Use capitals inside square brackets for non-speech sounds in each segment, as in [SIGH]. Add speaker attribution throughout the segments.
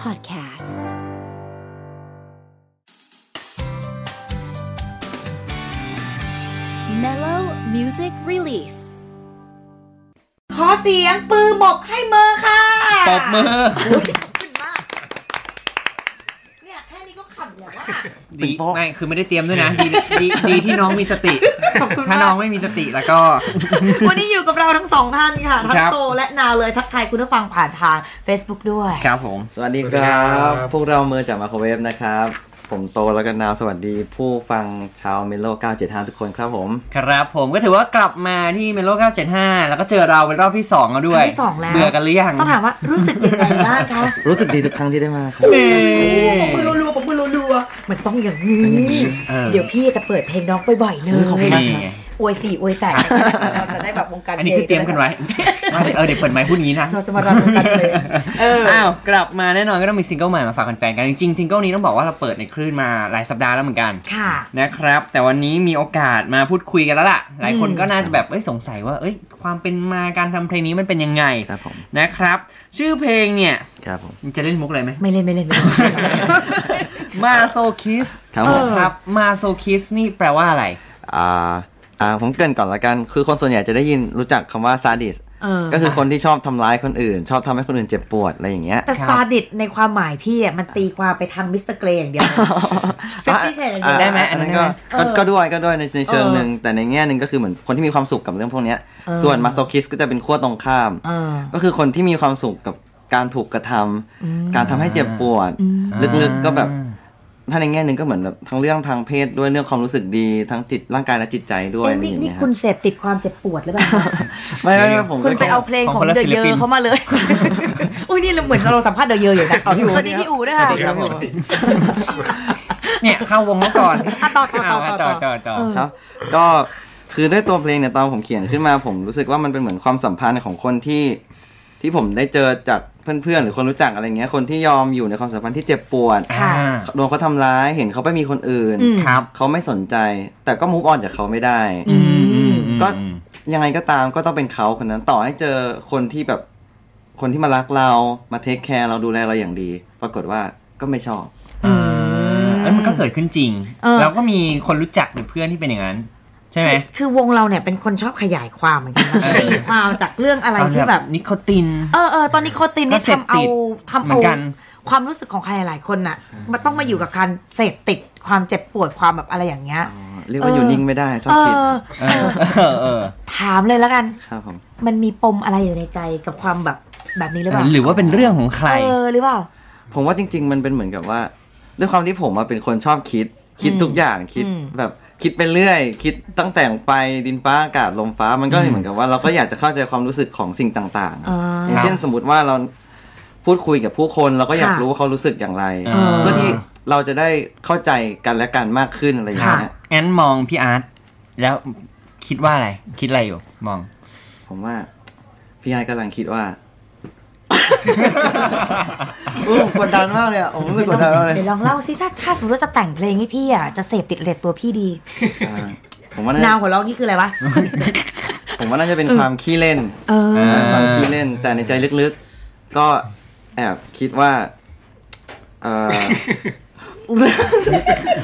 Speaker 1: Podcast Mellow Music Release
Speaker 2: ขอเสียงปือบกให้เมอร์ค่ะ
Speaker 3: ตบมือ
Speaker 2: เนี่ยแค่นี้ก็ขำแล้วว่า
Speaker 4: ตึ
Speaker 3: ดี
Speaker 4: งโป๊ะ
Speaker 3: ไม่คือไม่ได้เตรียมด้วยนะดีดีดีที่น้องมีสติ
Speaker 2: ขอบคุณมาก
Speaker 3: ถ้าน้องไม่มีสติแล้วก็
Speaker 2: วันนี้อยู่กับเราทั้งสองท่านค่ะ ทั้
Speaker 3: ค
Speaker 2: ง
Speaker 3: รับ
Speaker 2: โตและนาวเลยทักทายคุณผู้ฟังผ่านทาง Facebook ด้วย
Speaker 3: ครับผม
Speaker 4: สวัสดีครับ
Speaker 5: สวัสดีครับ
Speaker 4: พวกเราเมือจากมาโครเวฟนะครับ ผมโตแล้วกันนาว สวัสดีผู้ฟังชาวเมโล 975 ทุกคนครับผม
Speaker 3: ครับผมก็ถือว่ากลับมาที่เมโล975 แล้วก็เจอเราเป็นรอบที่2แล้วด้ว
Speaker 2: ค
Speaker 3: ย
Speaker 2: รั้งที่สองแล้ว
Speaker 3: เบื่อกันหรือยัง
Speaker 2: ต้องถามว่ารู้สึกยังไงบ้างคะ
Speaker 4: รู้สึกดีทุกครั้งที่ได้มาครับ
Speaker 3: นี่
Speaker 2: ผมมือรัวๆผมมือรัวๆมันต้องอย่างนี้
Speaker 3: เออ
Speaker 2: เดี๋ยวพี่จะเปิดเพลงน้องบ่อยๆเล
Speaker 4: เอย อขอบคุณมาก
Speaker 3: นี่ไง
Speaker 2: อวยสี่อวยแปดเราจะได้แบบวงการ
Speaker 3: อันนี้คือเตรียมกันไว้ว่าเดี๋ยวเออเดี๋ยวเปิดไมค์พูดงี้นะ
Speaker 2: เราจะมารันวงการเพลงเอออ
Speaker 3: อ้าวกลับมาแน่นอนก็ต้องมีซิงเกิลใหม่มาฝากแฟนๆกันจริงๆซิงเกิลนี้ต้องบอกว่าเราเปิดในคลื่นมาหลายสัปดาห์แล้วเหมือนกัน
Speaker 2: ค่ะ
Speaker 3: นะครับ แต่วันนี้มีโอกาสมาพูดคุยกันแล้วล่ะ หลายคน
Speaker 2: อืม
Speaker 3: ก็น่าจะแบบเอ้ยสงสัยว่าเอ้ยความเป็นมาการทำเพลงนี้มันเป็นยังไง
Speaker 4: ครับผม
Speaker 3: นะครับ ชื่อเพลงเนี่ย
Speaker 4: ครับผม
Speaker 3: จะเล่นมุกเลยไหม
Speaker 2: ไม่เล่นไม่เล่นไม่เล่น
Speaker 3: [LAUGHS] มาโซคิส
Speaker 4: ครับผม
Speaker 2: เออ
Speaker 3: ครับมาโซคิสนี่แปลว่าอะไร
Speaker 4: อ่าอ่าผมเกรินก่อนละกัน คือคนส่วนใหญ่จะได้ยินรู้จักคำว่าซาดิส
Speaker 2: เออ
Speaker 4: ก็คือคนที่ชอบทำร้ายคนอื่น ชอบทำให้คนอื่นเจ็บปวดอะไรอย่างเงี้ย
Speaker 2: แต่
Speaker 3: ครับ
Speaker 2: ซาดิสในความหมายพี่อ่ะมันตีความไปทางมิสเตอร์เกรย์อย่างเดียว Fifty Shades อย่างเดียว
Speaker 4: า
Speaker 3: ได้ไหมอันนั้น
Speaker 4: ก็
Speaker 3: ได้ไหม
Speaker 4: ก็
Speaker 2: เออ
Speaker 4: ก็ด้วยก็ด้วยในในเชิง
Speaker 2: เออ
Speaker 4: หนึ่งแต่ในแง่หนึ่งก็คือเหมือนคนที่มีความสุขกับเรื่องพวกเนี้ยส่วนมาโซคิสก็จะเป็นขั้วตรงข้าม
Speaker 2: เออ
Speaker 4: ก็คือคนที่มีความสุขกับการถูกกระทำการทำให้เจ็บปวด ลึกๆก็แบบถ้าในแง่หนึ่งก็เหมือนแบบทั้งเรื่องทางเพศด้วยเรื่องความรู้สึกดีทั้งจิตร่างกายและจิตใจด้วย
Speaker 2: เอ้ย
Speaker 4: อะไร
Speaker 2: นี่
Speaker 4: อย่าง
Speaker 2: นี่
Speaker 4: เงี้ยค
Speaker 2: คุ
Speaker 4: รับ
Speaker 2: ณเสพติดความเจ็บปวดหรือเปล่า
Speaker 4: ไม่ไม่ไม่ผม
Speaker 2: คุณไป
Speaker 4: ก็
Speaker 2: เอาเพลงของ
Speaker 3: คนละ
Speaker 2: เด
Speaker 3: ศิ
Speaker 2: อะ
Speaker 3: ล
Speaker 2: เย
Speaker 3: ปิ
Speaker 2: อน เข้ามาเลย อุ้ยนี่เหมือนเราสัมภาษณ์เดอะเยออยู่นะ
Speaker 4: เอาพี่อู๋
Speaker 2: สวัสดีพี่อู๋ด้วยค่ะ
Speaker 4: สวัสดีครับผม
Speaker 3: เนี่ยเข้าวงมาก่อน
Speaker 2: อ่ะต่อต่อต่อ
Speaker 3: เอา
Speaker 2: ต่
Speaker 3: ต่
Speaker 2: อ
Speaker 3: อ
Speaker 2: ต่อ
Speaker 3: ต่อต่อ
Speaker 4: ครับก็คือด้วยตัวเพลงเนี่ยตอนผมเขียนขึ้นมาผมรู้สึกว่ามันเป็นเหมือนความสัมพันธ์ของคนที่ ที่ผมได้เจอจากเพื่อนๆหรือคนรู้จักอะไรเงี้ยคนที่ยอมอยู่ในความสัมพันธ์ที่เจ็บปวด
Speaker 2: ค่ะ
Speaker 4: โดนเขาทำร้ายเห็นเขาไปมีคนอื่น
Speaker 2: อืม
Speaker 3: ครับ
Speaker 4: เขาไม่สนใจ แต่ก็มูฟออนจากเขาไม่ได้ ก็ยังไงก็ตามก็ต้องเป็นเขาคนนั้นต่อให้เจอคนที่แบบคนที่มารักเรามาเทคแคร์เราดูแลเราอย่างดี ปรากฏว่าก็ไม่ชอบ
Speaker 3: อ่าเอ้ยมันก็เกิดขึ้นจริง
Speaker 2: เออ
Speaker 3: เราก็มีคนรู้จักหรือเพื่อนที่เป็นอย่างนั้น ใช่ไหม
Speaker 2: คือวงเราเนี่ยเป็นคนชอบขยายความเหมือนกันนะตีความจากเรื่องอะไร
Speaker 3: ตน
Speaker 2: ที่แบบ
Speaker 3: นิโคติน
Speaker 2: เออเออตอนนี้โคตินนี่
Speaker 3: ก็เสพ
Speaker 2: ทำเอา
Speaker 3: ติด
Speaker 2: ทำ
Speaker 3: เหมื
Speaker 2: เอา
Speaker 3: อนกัน
Speaker 2: ความรู้สึกของใครหลายๆคนน่ะ มันต้องมาอยู่กับการเสพติดความเจ็บปวดความแบบอะไรอย่างเงี้ย
Speaker 4: เรียกว่า
Speaker 2: เอออ
Speaker 4: อยู่นิ่งไม่ได้ชอ
Speaker 2: เอบ
Speaker 4: คิด
Speaker 2: อ
Speaker 3: เออเออเออ
Speaker 2: ถามเลยแล้วกัน
Speaker 4: ครับผม
Speaker 2: มันมีปมอะไรอยู่ในใจกับความแบบแบบนี้หรือเปล่า
Speaker 3: หรือว่าเป็นเรื่องของใคร
Speaker 2: เออหรือเปล่า
Speaker 4: ผมว่าจริง ๆ มันเป็นเหมือนกับว่า ด้วยความที่ผมมาเป็นคนชอบคิด คิดทุกอย่างคิด
Speaker 2: อืม
Speaker 4: แบบคิดไปเรื่อย คิดตั้งแต่งไฟดินฟ้าอากาศลมฟ้ามันก็เหมือนกับว่าเราก็อยากจะเข้าใจความรู้สึกของสิ่งต่าง
Speaker 2: อ่า
Speaker 4: ๆ อย่างเช่นสมมติว่าเราพูดคุยกับผู้คนเราก็อยาก
Speaker 2: ค่ะ
Speaker 4: รู้ว่าเขารู้สึกอย่างไร
Speaker 3: เออ
Speaker 4: เพื่อที่เราจะได้เข้าใจกันและกันมากขึ้นอะไรอย่าง
Speaker 2: ค่ะ
Speaker 4: เงี้ย
Speaker 3: งั้นมองพี่อาร์ตแล้วคิดว่าอะไร คิดอะไรอยู่ มอง
Speaker 4: ผมว่าพี่ไอ้กำลังคิด [LAUGHS] ว่า โอ้กดดันมากเลยอ่ะผมรู้สึกกดดันมากเลย [LAUGHS]
Speaker 2: เดี๋ยวลองเล่าซิถ้าถ้าสมมติว่าจะแต่งเพลงให้พี่อ่ะจะเสพติดเลทตัวพี่ดี
Speaker 4: อ่าผมว่าน่าจะ
Speaker 2: นาวหัวเราะนี่คืออะไรวะ
Speaker 4: ผมว่าน่าจะเป็นความขี้เล่น
Speaker 2: เออ
Speaker 3: เออ
Speaker 4: ความขี้เล่น แต่ในใจลึกๆ ก็แอบคิดว่า เออ [LAUGHS]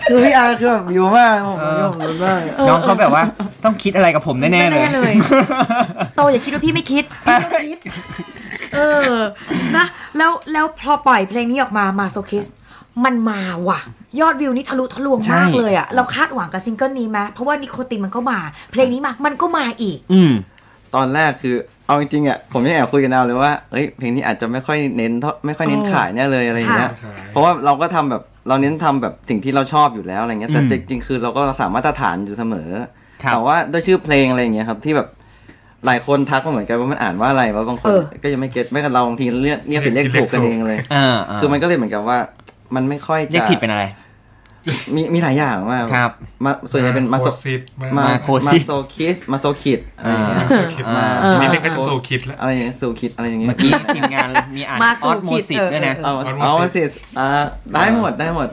Speaker 4: คือพี่อาร์คือแบบอยู่มากผมอยู่ผมรู้มาก
Speaker 3: น้องเขาแบบว่าต้องคิดอะไรกับผมแน่ๆเลย
Speaker 2: แน่ๆเลย
Speaker 3: [LAUGHS]
Speaker 2: โตอย่าคิดว่าพี่ไม่คิดพี่ก็คิด เออนะแล้วแล้วพอปล่อยเพลงนี้ออกมามาโซคิส มันมาว่ะ ยอดวิวนี่ทะลุทะลวงมาก
Speaker 3: ใช่
Speaker 2: เลยอ่ะเราคาดหวังกับซิงเกิลนี้ไหมเพราะว่านิโคตินมันก็มา เพลงนี้มามันก็มาอีก
Speaker 3: อืม
Speaker 4: ตอนแรกคือ เอาจริงๆอ่ะผมยังแอบคุยกับนาวเลยว่าเอ้ยเพลงนี้อาจจะไม่ค่อยเน้นเท่าไม่ค่อยเน้นขายเนี่ยเลยอะไรอย่างเงี้ย
Speaker 5: ค่ะ
Speaker 4: เพราะว่าเราก็ทำแบบเราเน้นทำแบบสิ่งที่เราชอบอยู่แล้วอะไรเงี้ยแต่
Speaker 3: อืม
Speaker 4: จริงๆคือเราก็สามารถตรฐานอยู่เสมอ
Speaker 3: ครับ
Speaker 4: แต่ว่าด้วยชื่อเพลงอะไรอย่างเงี้ยครับที่แบบหลายคนทักมาเหมือนกันว่ามันอ่านว่าอะไรว่าบางคน
Speaker 2: เออ
Speaker 4: ก็ยังไม่เก็ตไม่กันเราบางทีเรียกเรียกผิดเรียกถูกกันเองเลย
Speaker 3: เออเ
Speaker 4: คือมันก็เลยเหมือนกับว่า มันไม่ค่อยจะ
Speaker 3: เรียกผิดเป็นอะไร
Speaker 4: มีมีหลายอย่างมาก
Speaker 3: ครับ
Speaker 4: มาส่วนใหญ่เป็นมาโซ
Speaker 5: โคซิด
Speaker 4: มา
Speaker 5: มา
Speaker 3: โค
Speaker 4: โค
Speaker 3: ซิ
Speaker 4: มาโซคิสมาโซคิดอะไรอย่างเงี้ย
Speaker 5: โซคิดมา
Speaker 4: เออ
Speaker 5: นี่เรียกเป็นโซคิดแล้ว
Speaker 4: อะไรอย่างเงี้ยโซคิดอะไรอย่างเงี้ย
Speaker 3: เมื่อกี้ทีมงานมีอ่าน
Speaker 2: มา
Speaker 3: อ
Speaker 2: สู่
Speaker 3: อสโม
Speaker 2: คิด
Speaker 3: ซิส
Speaker 2: เออ
Speaker 3: ด้วยนะ
Speaker 4: เอา
Speaker 5: ออสโมซิส
Speaker 4: เอามาสิอ่าได้หมดได้หมด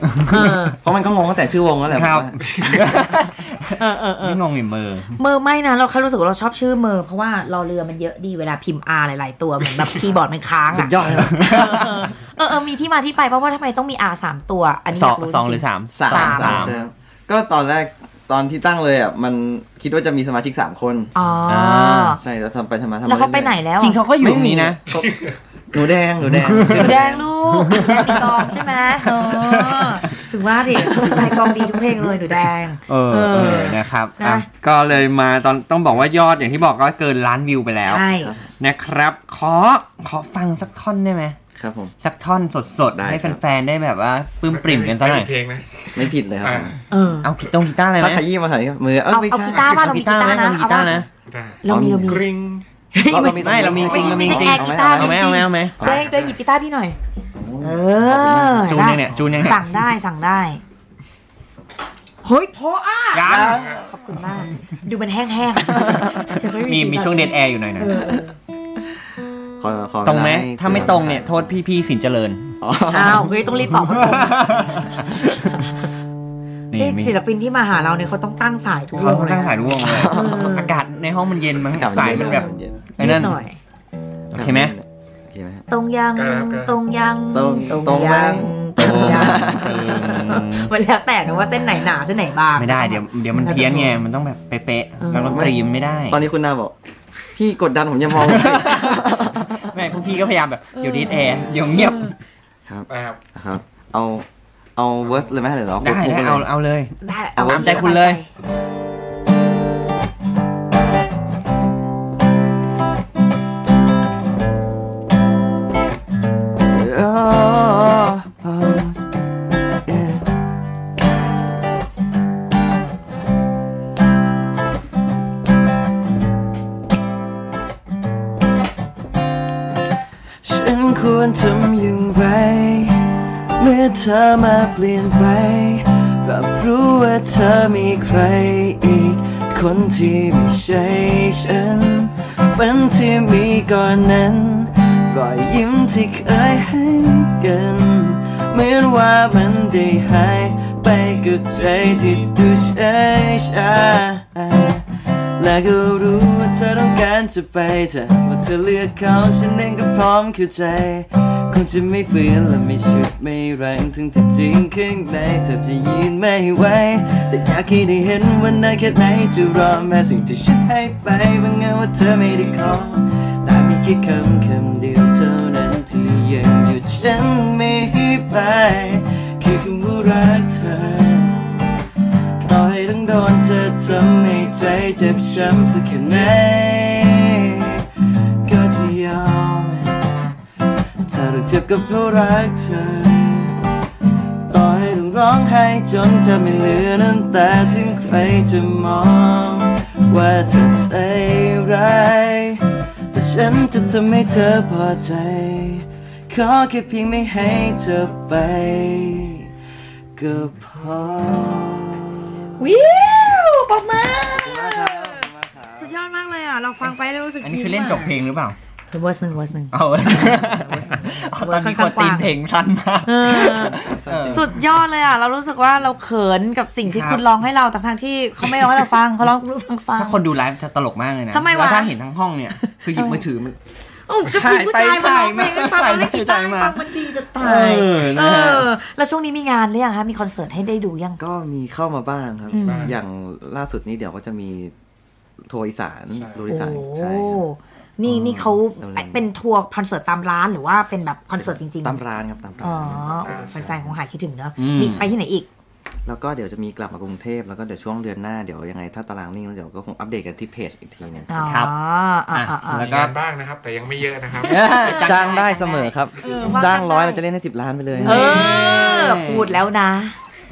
Speaker 4: เพราะมันก็งงตั้งแต่ชื่อวงแล้วแหละ
Speaker 3: ครับ
Speaker 4: ผมว่า
Speaker 2: เออเออเออ
Speaker 3: นี่งงอยู่เมอร์
Speaker 2: เมอร์ไม่นะเราแค่รู้สึกว่าเราชอบชื่อเมอร์เพราะว่ [LAUGHS] ารอเรือมันเยอะดีเวลาพิมพ์ R หลาย ๆ ตัวเหมือนแบบคีย์บอร์ดมันค้าง
Speaker 4: สุ
Speaker 2: อะ
Speaker 4: ดยอดเลยว่ะ
Speaker 2: เออเออ ออเออมีที่มาที่ไปเพราะว่าทำไมต้องมี R สามตัว อันนี้
Speaker 3: ส
Speaker 2: อ
Speaker 3: อง
Speaker 2: ยากรู้
Speaker 3: สอง
Speaker 2: จ
Speaker 3: ห
Speaker 2: ริ
Speaker 3: รื
Speaker 2: ง
Speaker 3: อ
Speaker 2: ๆ
Speaker 3: สาม
Speaker 2: สา
Speaker 4: สาม
Speaker 2: ม
Speaker 4: สาม
Speaker 3: สาม
Speaker 4: ก็ตอนแรกตอนที่ตั้งเลยอ่ะมันคิดว่าจะมีสมาชิกสามคน
Speaker 2: อ๋ออา
Speaker 4: ใช่แล้วทำไปทำมาทำม
Speaker 2: แล้วเขาไปไหนแล้วอะ
Speaker 3: จริงเขาก็อยู่ตรงนี้นะ
Speaker 4: เขาหนูแดงหนูแดง
Speaker 2: หนูแดงลูกตีกลองใช่ไหมเออถึงว่าดิ [LAUGHS] ไปกลองดีทุกเพลงเลยหนูแดง
Speaker 3: เออ
Speaker 2: เออ
Speaker 3: เออนะครับ
Speaker 2: นะ
Speaker 3: อ่ะก็เลยมาตอนต้องบอกว่ายอดอย่างที่บอกก็เกินล้านวิวไปแล้ว
Speaker 2: ใช่
Speaker 3: นะครับ ขอขอฟังสักท่อนได้ไหม
Speaker 4: ครับผม
Speaker 3: สักท่อนสด
Speaker 4: ได้
Speaker 3: ๆ ให้
Speaker 4: ครับ
Speaker 3: แฟนๆ ได้แบบว่าปลื้มปริ่มกันซะหน่อย
Speaker 5: ไม่มีเพลงไหม
Speaker 4: ไม่ผิดเลยครับผ
Speaker 5: อ่ะ
Speaker 4: ม
Speaker 2: เออ
Speaker 3: เอากีตงกีตาร์อะไรไหม
Speaker 4: ถ้าขยี้มาถ่ายมือเออ
Speaker 2: เอา
Speaker 4: ไม่
Speaker 2: เอา
Speaker 4: ใช่
Speaker 2: กีตาร์ว่าเรามีกีตาร์นะ
Speaker 3: เอกีตาร์นะ
Speaker 5: ได้
Speaker 2: เรามีเรามี
Speaker 5: กริ๊ง
Speaker 4: เราเรามี
Speaker 3: ไม่เรามีจริงเรามีจริง
Speaker 2: ไใช่ไใช่แอร์กีตาร์
Speaker 3: เอาไหมเอาไหมเอาไหม
Speaker 2: ตัวเองตัวเองหยิบกีตาร์พี่หน่อย เออ
Speaker 3: จูนยังเนี่ยจูน [LAUGHS] ยังเนี่ย
Speaker 2: สั่งได้สั่งได้เฮ้ยเพราะอ่ะ
Speaker 3: ยัง
Speaker 2: ขอบคุณมาก ดูมันแห้งๆยังไ
Speaker 3: มีมีช่วงเดนแอร์อยู่หน่อยนะ
Speaker 2: เออเออ
Speaker 4: ขอขอ
Speaker 3: ตรงไหม
Speaker 4: เวลให้
Speaker 3: ถ้าไม่ตรงเนี่ยโทษพี่พี่ๆสินเจริญ
Speaker 4: อ๋อ
Speaker 2: อ้าวเฮ้ยต้องรีบตอบคน
Speaker 3: นี่
Speaker 2: นี่
Speaker 3: มี
Speaker 2: ศิลปินที่มาหาเราเนี่ยเขาต้องตั้งสายทุกว
Speaker 3: เขา
Speaker 2: ง
Speaker 3: ค่อน
Speaker 2: เลย
Speaker 3: ข้าง
Speaker 2: นะ
Speaker 3: ถ่ายรูปเลย
Speaker 2: ออ
Speaker 3: อากาศในห้องมันเย็นมั้ง
Speaker 4: กลับ
Speaker 3: สายมันแบบ
Speaker 4: เย็น
Speaker 3: ไอ้นั่น
Speaker 2: นิดหน่อย
Speaker 3: โอเคไหม
Speaker 4: โอเคไหมฮะ
Speaker 2: ตรงยัง
Speaker 5: กล้าแล้วกล้า
Speaker 2: ตรงยัง
Speaker 4: ตรง
Speaker 2: ตรงยั
Speaker 4: ตรงบ้าง ง
Speaker 2: ตรงยัง
Speaker 3: เออ
Speaker 2: มันแล้วแต่นะว่าเส้นไหนหนาเส้นไหนบาง
Speaker 3: ไม่ได้เดี๋ยวเดี๋ยวมันเพี้ยนไงมันต้องแบบเป๊ะ
Speaker 2: เออ
Speaker 3: ๆนักดนตรีมันไม่ได้
Speaker 4: ตอนนี้คุณนาบอก พี่กดดันผมอยังมอง
Speaker 3: ไม่พวกพี่ก็พยายามแบบเดี๋ยวดีดแอร์เดี๋ยวเงียบ
Speaker 5: นะครับ
Speaker 4: นะครับ เอาเอาเวิร์สเลยไหมหรือเรา
Speaker 3: ได้ได้เอาเอาเลย
Speaker 2: ได้
Speaker 3: เอาตามใจคุณเลย
Speaker 4: เออเออเออ ฉันควรทำอย่างไร เมื่อเธอมาเปลี่ยนไปรับรู้ว่าเธอมีใครอีก คนที่ไม่ใช่ฉันฝันที่มีก่อนนั้นรอยยิ้มที่เคยให้กัน เหมือนว่ามันได้หายไปกับใจที่ดูเฉยชา และก็รู้ว่าเธอต้องการจะไปเธอว่าเธอเลือกเขาฉันเองก็พร้อมเข้าใจ คงจะไม่ฝืนและไม่ชุดไม่แรงถึงที่จริงข้างในเธอจะยืนไม่ไหวแต่อยากให้ได้เห็นว่านานแค่ไหนจะรอแม้สิ่งที่ฉันให้ไปบางงนว่าเธอไม่ได้ขอแต่มีแค่คำคำเดียวเท่านั้นที่ยังอยู่ฉันไม่ไปคือคำว่ารักเธอ ต่อให้ต้องโดนเธอทำให้ใจเจ็บช้ำสักแค่ไหนก็จะยอมถ้าต้องเจ็บกับผู้รักเธอ ต่อให้ต้องร้องไห้จนจะไม่เหลือน้ำตาถึงใครจะมอง ว่าเธอใจร้ายแต่ฉันจะทำให้เธอพอใจ ขอแค่เพียงไม่ให้เธอไปก็พอ
Speaker 2: วิวปรบมือสุด
Speaker 4: ขอบคุณมากครับขอบคุณมากครับ
Speaker 2: ยอดมากเลยอ่ะ เราฟังไปแล้วรู้สึก
Speaker 3: อันนี้คือเล่นจบเพลงหรือเปล่า
Speaker 2: คือเวอร์สหนึ่งเวอร์สหนึ่ง
Speaker 3: เอาเอาตอนนี้คนตีนเพลงสั้นมาก
Speaker 2: เออ
Speaker 3: เออ
Speaker 2: สุดยอดเลยอ่ะ เรารู้สึกว่าเราเขินกับสิ่งที่
Speaker 3: ครับ
Speaker 2: คุณร้องให้เราแต่ทั้งที่เขาไม่ร้องให้เราฟังเขาร้องรู้ฟังฟัง
Speaker 3: ถ้าคนดูไลฟ์จะตลกมากเลยนะ
Speaker 2: ทำไมวะ
Speaker 3: แล้วถ้าเห็นทั้งห้องเนี่ย
Speaker 2: [LAUGHS]
Speaker 3: คือหยิบมือถือมัน
Speaker 2: โอ้จะเป็นผู้ชายมาร้องเพลงให้ฟังเราเล่นกีตาร์ให้ฟังมันดีจะตาย
Speaker 3: เออ
Speaker 2: เอ
Speaker 3: นะฮะ
Speaker 2: อ แล้วช่วงนี้มีงานหรือยังคะมีคอนเสิร์ตให้ได้ดูยัง
Speaker 4: ก็มีเข้ามาบ้างครับ
Speaker 2: อืม
Speaker 4: อย่างล่าสุดนี้เดี๋ยวก็จะมีทัวร์อีสาน
Speaker 5: ใช่
Speaker 4: รูอีสาน
Speaker 2: โอ้
Speaker 4: ใช่ครับ
Speaker 2: นี่นี่เขา
Speaker 4: เร็วๆ
Speaker 2: เป็นทัวร์คอนเสิร์ตตามร้านหรือว่าเป็นแบบคอนเสิร์ตจริงๆ
Speaker 4: ตามร้านครับตามร้า
Speaker 2: อ๋อน โอ้โหแฟนๆคงหายคิดถึงเนอะ
Speaker 3: อืม
Speaker 2: มีไปที่ไหนอีก
Speaker 4: แล้วก็เดี๋ยวจะมีกลับมากรุงเทพแล้วก็เดี๋ยวช่วงเดือนหน้าเดี๋ยวยังไงถ้าตารางนิ่งแล้วเดี๋ยวก็คงอัปเดตกันที่เพจอีกทีหนึง
Speaker 2: อ๋อ
Speaker 3: ครับ
Speaker 2: อ่ะอ่ะอ่ะ
Speaker 3: แล้
Speaker 5: มี
Speaker 3: วก็
Speaker 5: งานบ้างนะครับ แต่ยังไม่เยอะนะครับ
Speaker 4: จ้างได้เสมอครับ
Speaker 2: เออว่า
Speaker 4: จ้างร้อย
Speaker 2: กันได้
Speaker 4: เราจะเล่นให้สิบล้านไปเลย
Speaker 2: เออ พูดแล้วนะ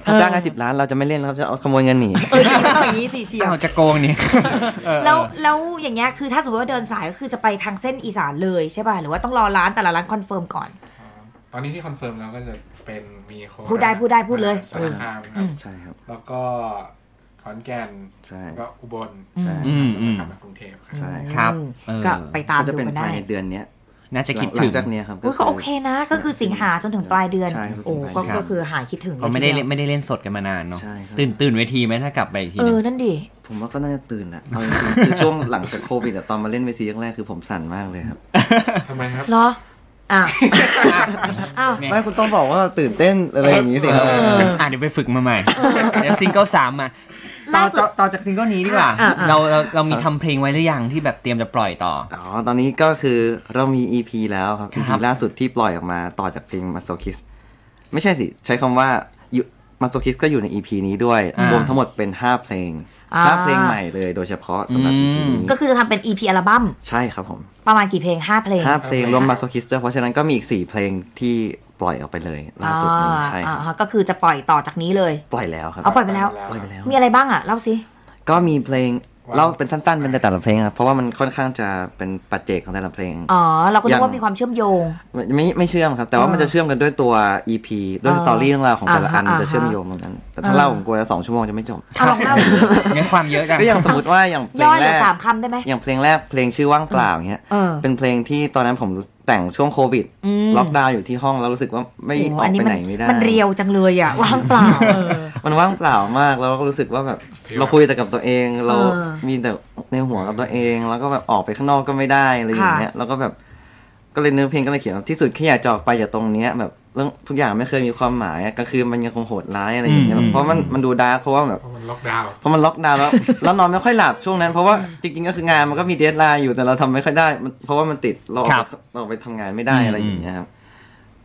Speaker 4: ถ้าจ้างให้สิบล้านเราจะไม่เล่นแล้วครับจะเอาขโมยเงินหนี
Speaker 2: เออเอาอย่างนี้สิเชียว
Speaker 3: เอาจะโกงเนี่ย [LAUGHS]
Speaker 2: แล้วแล้วอย่างเงี้ยคือถ้าสมมติว่าเดินสายก็คือจะไปทางเส้นอีสานเลยใช่ป่ะ หรือว่าต้องรอร้านแต่ละร้านคอนเฟิร์มก่อน
Speaker 5: ตอนนี้ที่คอนเฟิร์มแล้วก็จะเป็นมีโคราช
Speaker 2: พูดได้พูดได้พูดเลย
Speaker 5: สารคามนะครับ
Speaker 4: ใช่ครับ
Speaker 5: แล้วก็ขอนแก่น
Speaker 4: ใช่
Speaker 5: แล้วก็อุบล
Speaker 4: ใช่
Speaker 3: อืมอืม
Speaker 5: กลับมากรุงเทพครับ
Speaker 4: ใช่ครั
Speaker 3: ครั
Speaker 4: บ
Speaker 3: บ
Speaker 2: อืม
Speaker 3: เออ
Speaker 2: ก็ไปตาม
Speaker 4: ก็จะ
Speaker 2: ดู
Speaker 4: เป็น
Speaker 2: กัน
Speaker 4: ภา
Speaker 2: ได้
Speaker 4: ยในเดือนเนี้ย
Speaker 3: น่าจะคิด
Speaker 4: หลั
Speaker 3: ถึ
Speaker 4: ง
Speaker 3: ง
Speaker 4: จากเนี้ยครับ
Speaker 2: อุ้ยก็โอเคนะ ก็คือสิงหาจนถึงปลายเดือน
Speaker 4: ใช่ครับ
Speaker 2: โอ้
Speaker 4: ถึงป
Speaker 2: ก็
Speaker 4: ลายเดือน
Speaker 2: ก็คือหายคิดถึง
Speaker 3: เราไม่ได้
Speaker 2: ล
Speaker 3: เล่
Speaker 2: ย
Speaker 3: นไม่ได้เล่นสดกันมานานเนาะ
Speaker 4: ใช่ครับ
Speaker 3: ตื่นตื่นเวทีไหมถ้ากลับไปอีกที
Speaker 2: เอ
Speaker 3: หนึ
Speaker 2: อง นั่นดิ
Speaker 4: ผมว่าก็น่าจะตื่นอะเอาจริงๆคือช่วงหลังจากโควิดอะตอนมาเล่นเวทีแรกๆคือผมสั่นมากเลยครับ
Speaker 5: ทำไมครับ
Speaker 2: เนาะ
Speaker 4: [LAUGHS]
Speaker 2: อ้าว
Speaker 3: อ่ะ
Speaker 2: อ้าว
Speaker 3: เนี่ย
Speaker 4: ไม่คุณต้องบอกว่าตื่นเต้นอะไรอย่างนี้สิครับ
Speaker 3: เอ
Speaker 2: เอ
Speaker 3: อ
Speaker 2: ออ่
Speaker 3: อ่ะเดี๋ยวไปฝึกมาใหม่เดี๋ยวซิงเกิลสามมา
Speaker 2: ล่า
Speaker 3: ต่อ
Speaker 2: สุด
Speaker 3: ต่อต่อจากซิงเกิลนี้ดีกว่า
Speaker 2: อ่ะอ่ะ
Speaker 3: เราเราเรามีทำเพลงไว้หรือยังที่แบบเตรียมจะปล่อยต่อ
Speaker 4: อ๋อ ตอนนี้ก็คือเรามี EP แล้วครับ EP
Speaker 3: ครับ
Speaker 4: ล่าสุดที่ปล่อยออกมาต่อจากเพลง m a s o k i s ไม่ใช่สิ ใช้คำว่า m a s o k i s ก็อยู่ใน EP นี้ด้วย
Speaker 3: อ่าร
Speaker 4: วมทั้งหมดเป็น 5 เพลง
Speaker 2: อ่า
Speaker 4: 5 เพลงใหม่เลยโดยเฉพาะสำหรับ EP
Speaker 3: อืม
Speaker 4: นี้
Speaker 2: ก็คือจะทำเป็น EP อัลบั้ม
Speaker 4: ใช่ครับผม
Speaker 2: ประมาณกี่เพลง 5 เพลง
Speaker 4: 5เพลงรวม m a s o k i s ด้วยเพราะฉะนั้นก็มีอีก 4 เพลงที่ปล่อยออกไปเลย ล่าสุดนี้ใช่ค
Speaker 2: อ่า
Speaker 4: รับ
Speaker 2: อ่าก็คือจะปล่อยต่อจากนี้เลย
Speaker 4: ปล่อยแล้วครับ
Speaker 2: เอาปล่อยไปแล้ว
Speaker 4: ปล่อยไปแล้ว
Speaker 2: มีอะไรบ้างอ่ะ เล่าสิ
Speaker 4: ก็มีเพลง
Speaker 5: ว้าว
Speaker 4: เล่าเป็นสั้นๆเป็นแต่ละเพลงครับเพราะว่ามันค่อนข้างจะเป็นปัจเจกของแต่ละเพลง
Speaker 2: อ๋อ เราก็นึกว่า
Speaker 4: ยัง
Speaker 2: มีความเชื่อมโยง
Speaker 4: ไม่ไม่ไม่เชื่อมครับ แต่ว่ามันจะเชื่อมกันด้วยตัว EP ด้วย
Speaker 2: เอ
Speaker 4: ส
Speaker 2: อ
Speaker 4: ตอรี่เรื่องราวของแต่ละอัน
Speaker 2: อ่าฮะ
Speaker 4: มันจะเชื่อมโยงตรงนั้น แต่ถ้า
Speaker 2: อ่า
Speaker 4: เล่าผมกลัวจะสองชั่วโมงจะไม่จบ
Speaker 2: เอาลองเล่าสิ
Speaker 3: เนี่ยความเยอะจัง
Speaker 4: ก็อย่างสมมติว่าอย่างเพล
Speaker 2: ย่อง เห
Speaker 4: แร
Speaker 2: ลือก สามคำได้ไหม
Speaker 4: อย่างเพลงแรกเพลงชื่อว่างเปล่าเงี้ย
Speaker 2: เออ
Speaker 4: เป็นเพลงที่ตอนนั้นผมรู้แต่งช่วงโควิด
Speaker 2: อืม
Speaker 4: ล็อกดาวน์อยู่ที่ห้องแล้วรู้สึกว่าไม่
Speaker 2: โอ้โห
Speaker 4: ออ
Speaker 2: อั
Speaker 4: ก
Speaker 2: นนี้มั
Speaker 4: ไปไหนไม่ได้
Speaker 2: มันเรียวจังเลยอ่ะ [LAUGHS] ว่างเปล่าเออ
Speaker 4: มันว่างเปล่ามากแล้วก็รู้สึกว่าแบบเราคุยแต่กับตัวเองเรา
Speaker 2: เออ
Speaker 4: มีแต่ในหัวกับตัวเองแล้วก็แบบออกไปข้างนอกก็ไม่ได้อะไรอย่างเงี้ยแล้วก็แบบก็เลยเนื้อเพลงก็เลยเขียนว่าที่สุดแค่อยากจะออกไปจากตรงเนี้ยแบบเรื่องทุกอย่างไม่เคยมีความหมายอะกลางคืนมันยังคงโหดร้ายอะไรอย่างเงี้ย
Speaker 3: อืม
Speaker 4: เพราะมันมันดูดาร์กเพราะว่าแบบ
Speaker 5: เพราะมันล็อกดาวน์
Speaker 4: เพราะมันล็อกดาวน์แล้ว [LAUGHS] แล้วนอนไม่ค่อยหลับช่วงนั้น เพราะว่าจริงๆก็คืองานมันก็มีเดทไลน์อยู่แต่เราทำไม่ค่อยได้มันเพราะว่ามันติดเราออกไปเราออกไปทำงานไม่ได้อะไรอย่างเงี้ยครับ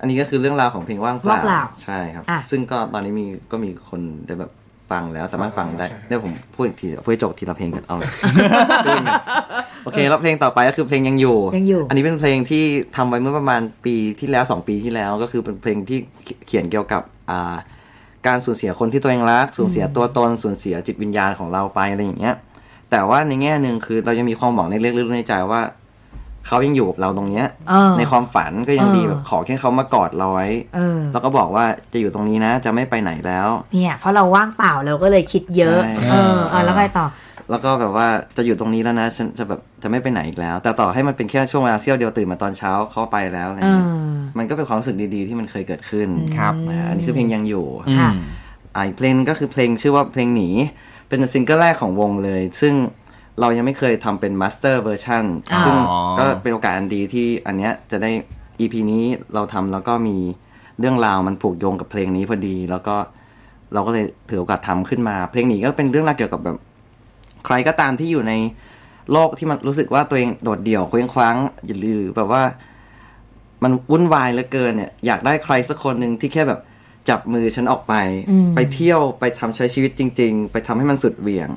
Speaker 4: อันนี้ก็คือเรื่องราวของเพลงว่างเป
Speaker 2: ว่างเปล่า
Speaker 4: ล่าใช่ครับ
Speaker 2: อ่ะ
Speaker 4: ซึ่งก็ตอนนี้มีก็มีคนได้แบบฟังแล้วสามารถฟังได้เดี๋ยวผมพูดอีกทีพูดให้จบทีละเพลงกันเอา จูนกันโอเคแล้วเพลงต่อไปก็คือเพลงยังอยู่
Speaker 2: ยังอยู่
Speaker 4: อันนี้เป็นเพลงที่ทำไว้เมื่อประมาณปีที่แล้วสองปีที่แล้วก็คือเป็นเพลงที่เขียนเกี่ยวกับอ่าการสูญเสียคนที่ตัวเองรักสูญเสียตัวตนสูญเสียจิตวิญญาณของเราไปอะไรอย่างเงี้ย แต่ว่าในแง่หนึ่งคือเรายังมีความหวังในเล็กๆในใจว่า เขายังอยู่กับเราตรงเนี้ย
Speaker 2: เออ
Speaker 4: [LAUGHS] ในความฝันก็ยังดี
Speaker 2: เออ
Speaker 4: แบบขอแค่เขามากอดเราไว้
Speaker 2: เออ
Speaker 4: แล้วก็บอกว่าจะอยู่ตรงนี้นะ จะไม่ไปไหนแล้ว
Speaker 2: เนี่ย เพราะเราว่างเปล่าเราก็เลยคิดเยอะ
Speaker 4: ใช่
Speaker 2: เออเอาแล้วไงต่อ
Speaker 4: แล้วก็แบบว่าจะอยู่ตรงนี้แล้วนะฉันจะแบบจะไม่ไปไหนอีกแล้ว แต่ต่อให้มันเป็นแค่ช่วงเวลาเที่ยวเดียวตื่นมาตอนเช้าเขาไปแล้วอะไร
Speaker 2: เอ
Speaker 4: เงี้ย
Speaker 2: อ
Speaker 4: มันก็เป็นความรู้สึกดีๆที่มันเคยเกิดขึ้น
Speaker 3: ครับ
Speaker 4: นะอันนี้คือเพลงยังอยู่
Speaker 3: อืม
Speaker 2: ค่ะ
Speaker 4: อ่ะอีกเพลงก็คือเพลงชื่อว่าเพลงหนี เป็นซิงเกิลแรกของวงเลย ซึ่งเรายังไม่เคยทำเป็นมาสเตอร์เวอร์ชัน
Speaker 2: อ๋อ
Speaker 4: ซึ่งก็เป็นโอกาสอันดีที่อันเนี้ยจะได้ EP นี้เราทำแล้วก็มีเรื่องราวมันผูกโยงกับเพลงนี้พอดี แล้วก็เราก็เลยถือโอกาสทำขึ้นมา เพลงหนี้ก็เป็นเรื่องราวเกี่ยวกับแบบ ใครก็ตามที่อยู่ในโลกที่มันรู้สึกว่าตัวเองโดดเดี่ยวเคว้งคว้างหรือแบบว่า มันวุ่นวายเหลือเกินเนี่ย อยากได้ใครสักคนหนึ่งที่แค่แบบจับมือฉันออกไป
Speaker 2: อืม
Speaker 4: ไปเที่ยวไปทำใช้ชีวิตจริง ๆ ไปทำให้มันสุดเหวี่ยง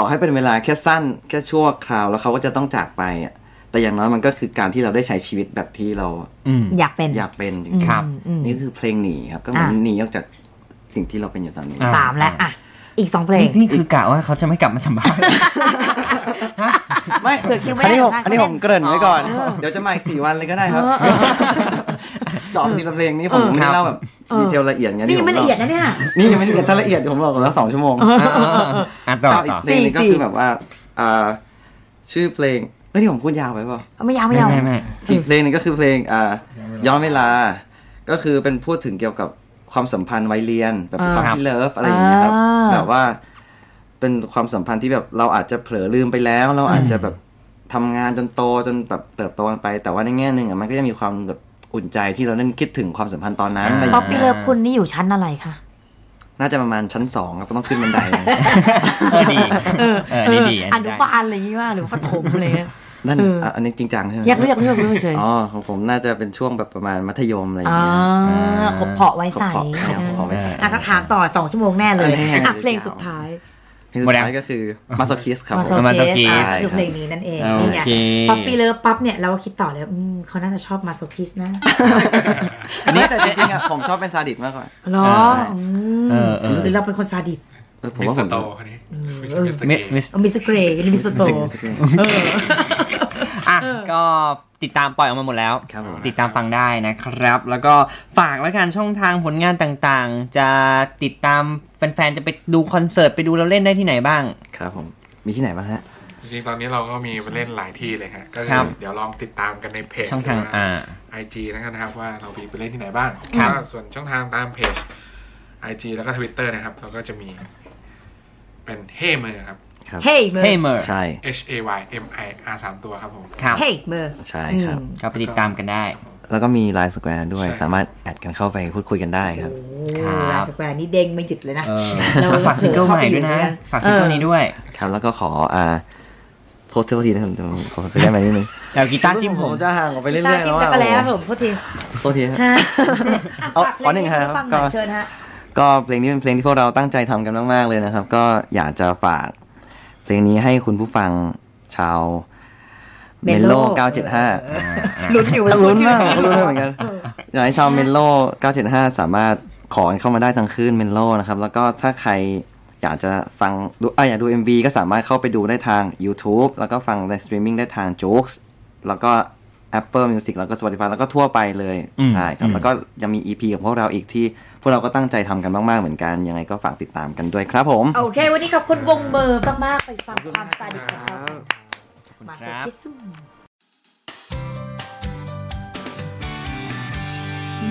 Speaker 4: ต่อให้เป็นเวลาแค่สั้น แค่ชั่วคราวแล้วเขาก็จะต้องจากไปอะแต่อย่างน้อยมันก็คือการที่เราได้ใช้ชีวิตแบบที่เรา
Speaker 3: อืม
Speaker 2: อยากเป็น
Speaker 4: อยากเป็นจริง
Speaker 3: ครับ
Speaker 2: อืม
Speaker 4: ๆนี่คือเพลงหนีครับ ก็เหมือน
Speaker 2: อ่ะ
Speaker 4: หนีออกจากสิ่งที่เราเป็นอยู่ตอนนี้
Speaker 3: อ่ะ
Speaker 2: สามแล้วอ่ะ อีกสองเพลง
Speaker 3: นี่นี่คือกะว่าเขาจะไม่กลับมาสัมภาษณ์
Speaker 4: ไม่
Speaker 2: เผื่อคิวไม่
Speaker 4: อัน
Speaker 2: ได้
Speaker 4: นี้
Speaker 2: ทำ
Speaker 4: ผม
Speaker 2: งาน
Speaker 4: อันนี้ผม
Speaker 2: ก็
Speaker 4: เก
Speaker 2: ได้
Speaker 4: ริ่นไว้ก่อน เดี๋ยวจะมาอีกสี่วันเลยก็ได้ครับเจอบทีละเพลงนี้ผมไม่ได้เล่าแบบ
Speaker 2: เออ
Speaker 4: ดีเทลละเอียดไง
Speaker 2: นี่ยั
Speaker 4: ผ
Speaker 2: ง
Speaker 4: ม
Speaker 2: ไม่ละเอียดนะ
Speaker 4: ล่า
Speaker 2: เนี่ย
Speaker 4: นี่ยังไม่ละเอียดถ้าละเอียดเดี๋ยวผมบอกก่อนแล้วสองชั่วโมง
Speaker 3: อ่ะต่อ
Speaker 4: เอาอี
Speaker 3: ต่
Speaker 4: ก
Speaker 3: อ
Speaker 4: เพลงหนึงก็
Speaker 2: สี่
Speaker 4: คือแบบว่าอ่าชื่อเพลงเฮ้ยที่ผมพูดยาวไปเปล่า
Speaker 2: ไม่ยาว
Speaker 3: ไม่
Speaker 2: ไม่ยาว
Speaker 3: ไม่ไม่
Speaker 4: อีกเพลงหนึงก็คือเพลงอ่าย้อนเวลา ก็คือเป็นพูดถึงเกี่ยวกับความสัมพันธ์วัยเรียนแบบ
Speaker 2: อ่า
Speaker 4: ความที่เลิฟอะไรอย่างเงี้ยครับ
Speaker 2: อ่า
Speaker 4: แบบว่าเป็นความสัมพันธ์ที่แบบเราอาจจะเผลอลืมไปแล้ว เราอาจจะแบบ ทำงานจนโตจนแบบเติบโตกันไป แต่ว่าในแง่หนึ่งอ่ะมันก็จะมีความแบบอุ่นใจที่เราเล่นคิดถึงความสัมพันธ์ตอนนั้น
Speaker 3: อ่า
Speaker 4: อะไรอ
Speaker 2: ป๊
Speaker 4: ย่า
Speaker 2: อป
Speaker 4: ง
Speaker 2: ปี้
Speaker 4: เงี้ย
Speaker 2: เลิฟคุณนี่อยู่ชั้นอะไรคะ
Speaker 4: น่าจะประมาณชั้นสองครับก็ต้องขึ้นบันได
Speaker 3: เออดีเออนี่ดี
Speaker 2: อ
Speaker 3: ได้
Speaker 2: นุบาลอะไรอย่างงี้ว่าหรือว่าปฐมอะไรเงี้ย
Speaker 4: นั่น
Speaker 2: เอออ่
Speaker 4: ะอันนี้จริงจังใช่ไหม
Speaker 2: อยากรู้อยากรู้อยากรู้เฉย
Speaker 4: อ๋อของผมน่าจะเป็นช่วงแบบประมาณมัธยมอะไรอย่า
Speaker 2: อ่าง
Speaker 4: เงี้ย
Speaker 2: ขบเพาะไว้ใส
Speaker 4: ขอขอขอไม่ใส่
Speaker 2: อ่ะถ้าถามต่อสองชั่วโมงแน่เลย
Speaker 4: แน่เลย
Speaker 2: อ่ะเพลงสุดท้าย
Speaker 4: เพลงสุดท้ายก็คือมาสคิสครับ
Speaker 2: มา
Speaker 4: ผ
Speaker 2: โซ
Speaker 4: ม
Speaker 3: าโซ
Speaker 2: เค
Speaker 3: คิ
Speaker 2: ส
Speaker 3: ส
Speaker 2: อ่ะคือเพลงนี้นั่นเองนี่ไง
Speaker 3: โอเค
Speaker 2: ป๊อปปี้เลิฟปั๊บเนี่ยเราก็คิดต่อเลยอืมเขาน่าจะชอบมาโซคิสนะ
Speaker 4: อันนี้แต่จริงๆอ่ะผมชอบเป็นซาดิสมากกว่า
Speaker 2: เหรออืม
Speaker 3: เออเออ
Speaker 2: หรือเราเป็นคนซาดิส
Speaker 4: เออผม
Speaker 5: มิส
Speaker 4: ว่า
Speaker 5: เต
Speaker 4: ผม
Speaker 5: อร์โตคนนี้ไม่ใช่มิสเตอร์
Speaker 3: มิ
Speaker 5: เกย์
Speaker 3: มิส
Speaker 2: เอามิสเกรย์มิส
Speaker 4: [LAUGHS]
Speaker 2: โต
Speaker 3: อ่ะก็ติดตามปล่อยออกมาหมดแล้ว
Speaker 4: ครับผม
Speaker 3: ติดตามฟังได้นะครับ แล้วก็ฝากแล้วกันช่องทางผลงานต่างๆ จะติดตามแฟนๆ จะไปดูคอนเสิร์ตไปดูเราเล่นได้ที่ไหนบ้าง
Speaker 4: ครับผม มีที่ไหนบ้างฮะ
Speaker 5: จริงๆ ตอนนี้เราก็มีไปเล่นหลายที่เลยฮะก็คื
Speaker 3: ครั
Speaker 5: อบ เดี๋ยวลองติดตามกันในเพจ
Speaker 3: ช่องทางอ่า
Speaker 5: ไอจีแล้วกันนะครับว่าเรามีไปเล่นที่ไหนบ้าง
Speaker 3: ครับ
Speaker 5: ก็ส่วนช่องทางตามเพจ IG แล้วก็ Twitter นะครับ เราก็จะมีเป็นเฮเมอร์ครับ
Speaker 2: เฮ้ยเมอ
Speaker 3: เฮ้ย
Speaker 2: ร์
Speaker 3: เมอร์
Speaker 4: ใช่
Speaker 5: H A Y M I R 3ตัวครับผม
Speaker 3: ครับ
Speaker 2: เฮ้ยเมอร์
Speaker 4: ใช่ครับ
Speaker 2: อืม
Speaker 3: ก็ไปติดตามกันได้
Speaker 2: โอ
Speaker 4: แล้วก็มี Line Square ด้วย
Speaker 5: ใช่
Speaker 4: สามารถแอดกันเข้าไปพูดคุยกันได้ครับ
Speaker 2: โอ้
Speaker 3: ค
Speaker 2: ลา
Speaker 3: รับ
Speaker 2: ยสแควร์นี่เด้งไม่หยุดเลยนะ
Speaker 3: เออ
Speaker 2: เรา
Speaker 3: ฝากซิงเกิลใหม่ด้วยนะ ฝากซิงเกิลนี้ด้วย
Speaker 4: ครับ แล้วก็ขออ่าโทษเท่าทีนะครับเดี๋ยวขอไปได้ไหมนิดนึง
Speaker 3: แต่กีตาร์จิ้มผม
Speaker 4: จะห่างออกไปเรื่อย
Speaker 2: ตา
Speaker 4: ๆ
Speaker 2: จิ้ม
Speaker 4: แล้ว
Speaker 2: จั
Speaker 4: อะ
Speaker 2: กรแล้วผมโทษที
Speaker 4: โทษทีครับ
Speaker 2: ฮะ
Speaker 4: เอา
Speaker 2: ฝก
Speaker 4: ขอหนึ่ง
Speaker 2: เพล
Speaker 4: ครับ
Speaker 2: ให้ฟังหน่อย
Speaker 4: ก็
Speaker 2: เชิญฮะ
Speaker 4: ก็เพลงนี้เป็นเพลงที่พวกเราตั้งใจทำกันมาก ๆ เลยนะครับ ก็อยากจะฝาก เพลงนี้ให้คุณผู้ฟังชาวเม
Speaker 2: Mellow
Speaker 4: โล975
Speaker 2: ลุ้นอยู่
Speaker 4: ลุ้นมาก
Speaker 2: ชื่อ
Speaker 4: ลุ้นมากเหมือนกัน อยากให้ชาวเมนโล975 สามารถขอเข้ามาได้ทั้งคืนเมนโลนะครับ แล้วก็ถ้าใครอยากจะฟังดูเอยอยากดู MV ก็สามารถเข้าไปดูได้ทาง YouTube แล้วก็ฟังในสตรีมมิ่งได้ทาง j o k e s แล้วก็ Apple Music แล้วก็ Spotify แล้วก็ทั่วไปเลย
Speaker 3: อืม
Speaker 4: ใช่ครับ
Speaker 3: อืม
Speaker 4: แล้วก็ยังมี EP ของพวกเราอีกที่ พวกเราก็ตั้งใจทำกันมาก ๆ เหมือนกัน ยังไงก็ฝากติดตามกันด้วยครับผม
Speaker 2: โอเค วันนี้ขอบคุณวงเมอร์มากๆไปฟังความสตาดิกของเขามา
Speaker 3: ค
Speaker 2: เซ
Speaker 3: รับ
Speaker 2: คิซึม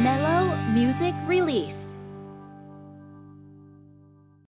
Speaker 1: Mellow Music Release.